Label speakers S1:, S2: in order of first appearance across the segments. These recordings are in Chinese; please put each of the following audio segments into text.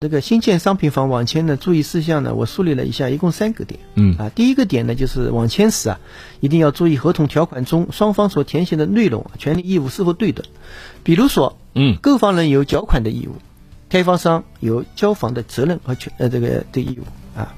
S1: 那个新建商品房网签的注意事项呢，我梳理了一下，一共三个点。
S2: 嗯
S1: 啊，第一个点呢，就是网签时啊，一定要注意合同条款中双方所填写的内容、权利义务是否对等。比如说，
S2: 嗯
S1: 购房人有缴款的义务，开发商有交房的责任和权呃这个的义务啊。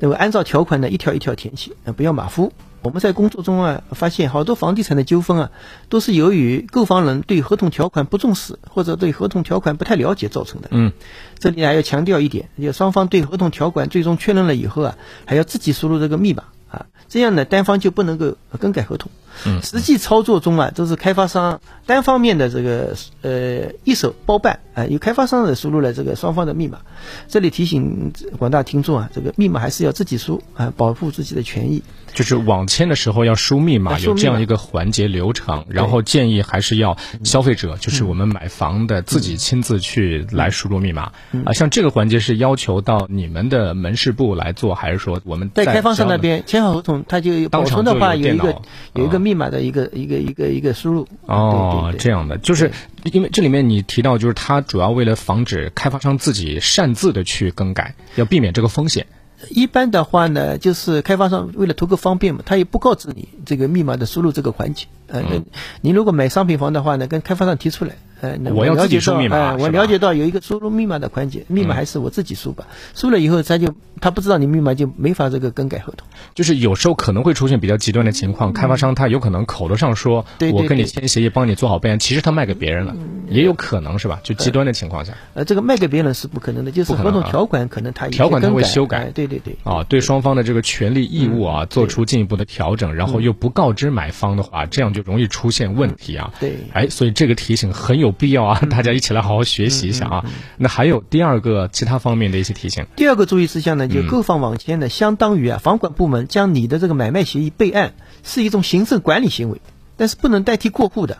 S1: 那么按照条款呢，一条一条填写，呃，不要马虎。我们在工作中啊，发现好多房地产的纠纷啊，都是由于购房人对合同条款不重视，或者对合同条款不太了解造成的。
S2: 嗯，
S1: 这里还要强调一点，就双方对合同条款最终确认了以后啊，还要自己输入这个密码啊，这样呢，单方就不能够更改合同。
S2: 嗯
S1: 实际操作中啊，都是开发商单方面的这个呃一手包办啊，由开发商的输入了这个双方的密码。这里提醒广大听众啊，这个密码还是要自己输啊，保护自己的权益。
S2: 就是网签的时候要输密码，
S1: 啊输
S2: 有这
S1: 密
S2: 样
S1: 码
S2: 一个环节流程，然后建议还是要消费者，就是我们买房的自己亲自去来输入密码
S1: 嗯
S2: 啊。像这个环节是要求到你们的门市部来做，还是说我们
S1: 在
S2: 在
S1: 开发商
S2: 只要
S1: 那边签好合同，他就有
S2: 当
S1: 保存
S2: 场
S1: 的
S2: 就
S1: 话
S2: 有
S1: 有一
S2: 电
S1: 个
S2: 脑
S1: 有一
S2: 啊
S1: 个密码的一个一个一个一个输入。
S2: 哦
S1: 对，对
S2: 这
S1: 对
S2: 样的，就是因为这里面你提到，就是它主要为了防止开发商自己擅自的去更改，要避免这个风险。
S1: 一般的话呢，就是开发商为了图个方便嘛，他也不告知你这个密码的输入这个环节。呃，
S2: 嗯
S1: 那您如果买商品房的话呢，跟开发商提出来，呃，那
S2: 我要
S1: 了
S2: 自己
S1: 解
S2: 输
S1: 到
S2: 密码
S1: 哎我
S2: 是吧嗯
S1: 了解到有一个输入密码的环节，密码还是我自己输吧，输了以后他就他不知道你密码就没法这个更改合同。
S2: 就是有时候可能会出现比较极端的情况，开发商他有可能口头上说
S1: 对对
S2: 我跟你
S1: 对嗯
S2: 签协议，帮你做好备案，其实他卖给别人了，也有可能是吧？就极端的情况下，
S1: 呃，这个卖给别人是不可能的，就是
S2: 不可
S1: 合
S2: 能啊
S1: 同条款可能他有些
S2: 条款它
S1: 更
S2: 会
S1: 改
S2: 修改
S1: 哎对对对。
S2: 啊，对双方的这个权利义务
S1: 嗯
S2: 啊做出进一步的调整，然后又不告知买方的话，这样就容易出现问题啊。
S1: 嗯对嗯
S2: 哎，所以这个提醒很有必要啊，大家一起来好好学习一下啊。那还有第二个其他方面的一些提醒。
S1: 第二个注意事项呢，就购房网签呢，相当于啊，房管部门将你的这个买卖协议备案，是一种行政管理行为，但是不能代替过户的，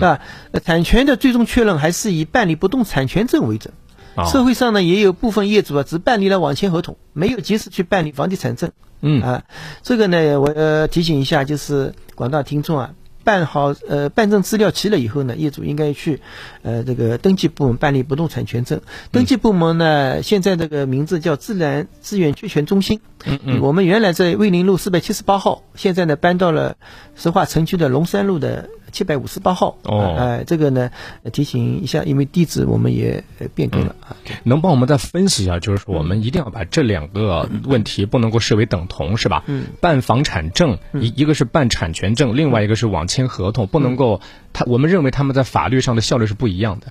S1: 啊，呃产权的最终确认还是以办理不动产权证为准。
S2: 啊
S1: 社会上呢，也有部分业主啊，只办理了网签合同，没有及时去办理房地产证。
S2: 嗯
S1: 啊，这个呢，我呃提醒一下，就是广大听众啊，办好呃办证资料齐了以后呢，业主应该去呃这个登记部门办理不动产权证。登记部门呢，现在这个名字叫自然资源缺权中心。嗯嗯，我们原来在卫林路四百七十八号，现在呢搬到了石化城区的龙山路的。七百五十八号，
S2: 哦
S1: 哎，这个呢，呃提醒一下，因为地址我们也呃变更了啊，
S2: 能帮我们再分析一下，就是说我们一定要把这两个问题不能够视为等同，是吧？嗯，办房产证，
S1: 嗯
S2: 一一个是办产权证，另外一个是网签合同，不能
S1: 嗯
S2: 够，他我们认为他们在法律上的效率是不一样的。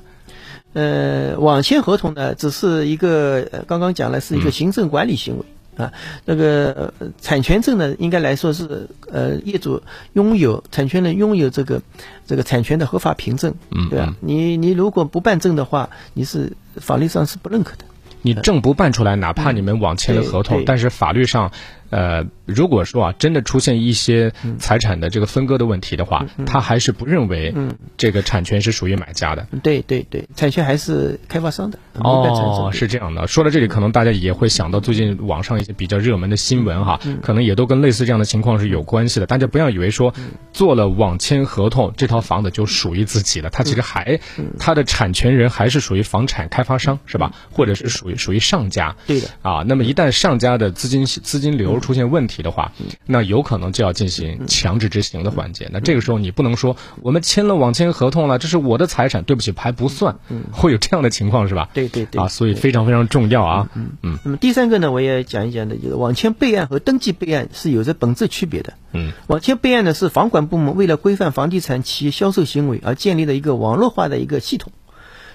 S1: 呃，网签合同呢，只是一个、呃、刚刚讲了是一个行政管理行为、啊。那个、呃产权证呢，应该来说是呃业主拥有产权人拥有这个这个产权的合法凭证，
S2: 嗯
S1: 对吧、你你如果不办证的话，你是法律上是不认可的。
S2: 你证不办出来，哪怕你们网签了合
S1: 对
S2: 同，
S1: 对
S2: 但是法律上，呃，如果说啊，真的出现一些
S1: 嗯
S2: 财产的这个分割的问题的话，他还是不认为
S1: 嗯
S2: 这个产权是属于买家的。
S1: 对对对，产权还是开发商的，没办产证
S2: 哦
S1: 的。，
S2: 是这样的。说到这里，可能大家也会想到最近网上一些比较热门的新闻哈，可能也都跟类似这样的情况是有关系的。大家不要以为说做了网签合同，这套房子就属于自己了，它其实还它的产权人还是属于房产开发商是吧？或者是属于属于上家。
S1: 对的。
S2: 啊，那么一旦上家的资金资金流出现问题的话，那有可能就要进行强制执行的环节。那这个时候你不能说我们签了网签合同了，这是我的财产，对不起，还不算，会有这样的情况是吧？
S1: 对对对
S2: 啊，所以非常非常重要啊。嗯
S1: 那么第三个呢，我也讲一讲的，就是网签备案和登记备案是有着本质区别的。
S2: 嗯，
S1: 网签备案呢是房管部门为了规范房地产企业销售行为而建立的一个网络化的一个系统。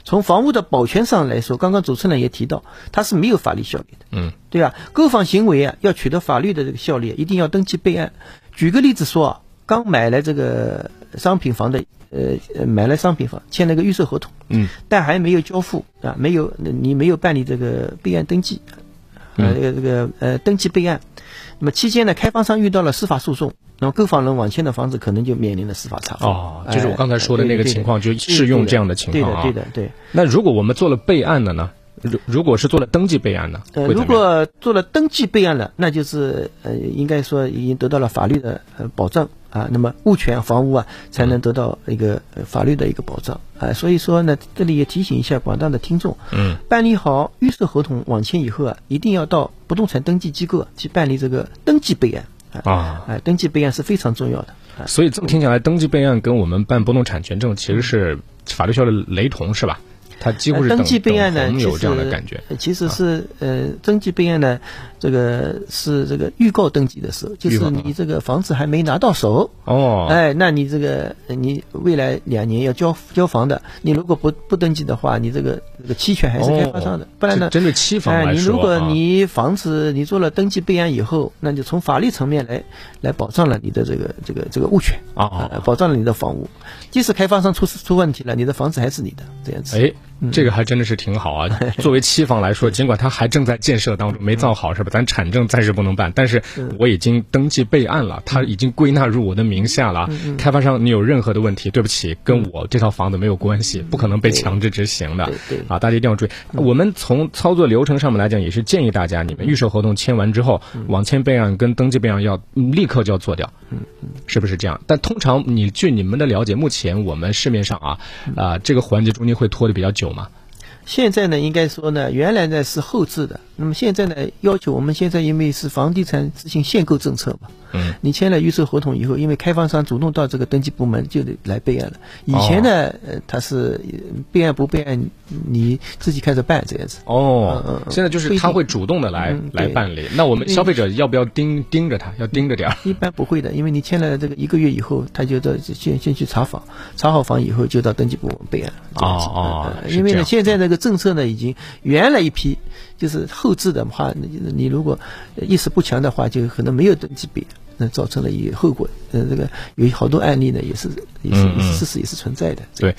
S1: 从房屋的保全上来说，刚刚主持人也提到，它是没有法律效力的。
S2: 嗯，
S1: 对吧？购房行为啊，要取得法律的这个效力，一定要登记备案。举个例子说啊，刚买来这个商品房的，呃，呃买了商品房，签了个预售合同，
S2: 嗯，
S1: 但还没有交付啊，没有你没有办理这个备案登记，呃，这个
S2: 嗯
S1: 这个呃登记备案。那么期间呢，开发商遇到了司法诉讼，那么购房人网签的房子可能就面临了司法查哎封。
S2: 哦，就是我刚才说的那个情况，就适用这样的情况啊。
S1: 对的，对的，对的。
S2: 那如果我们做了备案的呢？如如果是做了登记备案呢？
S1: 呃，
S2: 会
S1: 如
S2: 怎么样
S1: 果做了登记备案了，那就是呃，应该说已经得到了法律的呃保障啊、啊，那么物权、房屋啊才能得到一个、呃法律的一个保障啊。所以说呢，这里也提醒一下广大的听众，
S2: 嗯，
S1: 办理好预售合同网签以后啊，一定要到不动产登记机构啊去办理这个登记备案啊。
S2: 啊。
S1: 啊，登记备案是非常重要的。啊
S2: 所以这么听起来，登记备案跟我们办不动产权证其实是法律效力雷同，是吧？它几乎
S1: 呃
S2: 是等
S1: 登记备案呢
S2: 等同
S1: 其
S2: 有这样的
S1: 实
S2: 感觉。啊
S1: 呃其实是呃，登记备案呢，这个是这个预告登记的时候，就
S2: 预告
S1: 是
S2: 嗯
S1: 你这个房子还没拿到手，
S2: 哦，
S1: 哎，那你这个呃你未来两年要交交房的，你如果不不登记的话，你这个这个期权还是开发商的，不然
S2: 哦这
S1: 呢？
S2: 针对期房
S1: 哎，
S2: 来
S1: 你
S2: 说，
S1: 如果
S2: 啊
S1: 你房子你做了登记备案以后，那就从法律层面来来保障了你的这个这个这个物权
S2: 啊
S1: 啊、
S2: 啊，
S1: 保障了你的房屋。即使开发商出事出问题了，你的房子还是你的，这样子。
S2: 哎，这个还真的是挺好啊。 作为期房来说，尽管它还正在建设当中，没造好是吧？咱产证暂时不能办，但是我已经登记备案了，它已经归纳入我的名下了啊。开发商，你有任何的问题，对不起，跟我这套房子没有关系，不可能被强制执行的
S1: 对对嗯
S2: 啊。大家一定要注意。我们从操作流程上面来讲，也是建议大家，你们预售合同签完之后，
S1: 嗯
S2: 网签备案跟登记备案要嗯立刻就要做掉。是不是这样？但通常你据你们的了解，目前我们市面上啊，
S1: 嗯
S2: 啊、这个环节中间会拖得比较久嘛？
S1: 现在呢，应该说呢，原来呢是后置的，那么现在呢，要求我们现在因为是房地产执行限购政策嘛，
S2: 嗯，
S1: 你签了预售合同以后，因为开发商主动到这个登记部门就得来备案了。以前呢，呃，他是呃备案不备案，你自己开始办这样子。
S2: 哦，
S1: 嗯嗯嗯
S2: 现在就是他会主动的来、
S1: 嗯对
S2: 来办理。那我们消费者要不要盯盯着他？要盯着点儿？
S1: 一般不会的，因为你签了这个一个月以后，他就到先先去查房，查好房以后就到登记部门备案了。这样子
S2: 哦哦
S1: 呃
S2: 是
S1: 因为
S2: 这
S1: 呢，
S2: 样
S1: 现在这个政策呢，已经原来一批就是后置的话，你你如果意识不强的话，就可能没有登记备案，那造成了一后果。呃，这个有好多案例呢，也是也是
S2: 嗯嗯
S1: 事实也是存在的。
S2: 对，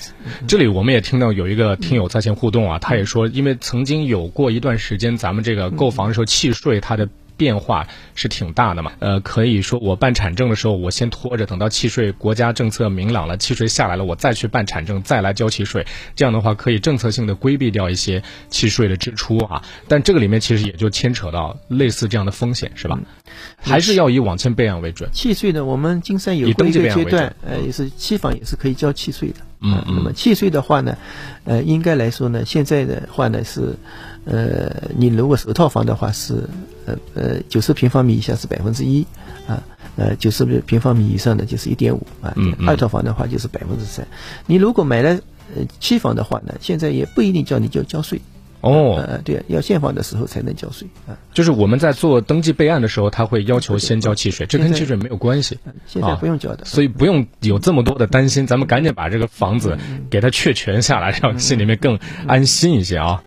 S2: 这里我们也听到有一个听友在线互动
S1: 嗯
S2: 啊，他也说，因为曾经有过一段时间，咱们这个购房的时候契税它的。变化是挺大的嘛，呃，可以说我办产证的时候，我先拖着，等到契税国家政策明朗了，契税下来了，我再去办产证，再来交契税。这样的话，可以政策性的规避掉一些契税的支出啊。但这个里面其实也就牵扯到类似这样的风险，
S1: 嗯
S2: 是吧？还是要以网签备案为准。
S1: 契税呢，我们金山有
S2: 以
S1: 过
S2: 登
S1: 一
S2: 记
S1: 个
S2: 备案
S1: 阶
S2: 为
S1: 段，呃，也是期房也是可以交契税的。
S2: 嗯
S1: 啊
S2: 嗯
S1: 那么契税的话呢，呃，应该来说呢，现在的话呢是，呃，你如果首套房的话是，呃呃，九十平方米以下是百分之一，啊，呃，九十平方米以上的就是一点五啊
S2: 嗯，嗯
S1: 二套房的话就是百分之三。你如果买了呃期房的话呢，现在也不一定叫你就交税，
S2: 哦，
S1: 呃，对、要现房的时候才能交税啊。
S2: 就是我们在做登记备案的时候，他会要求先交契税，这跟契税没有关系，
S1: 现在
S2: 啊
S1: 不用交的，
S2: 所以不用有这么多的担心。咱们赶紧把这个房子给它确权下来，让心里面更安心一些啊。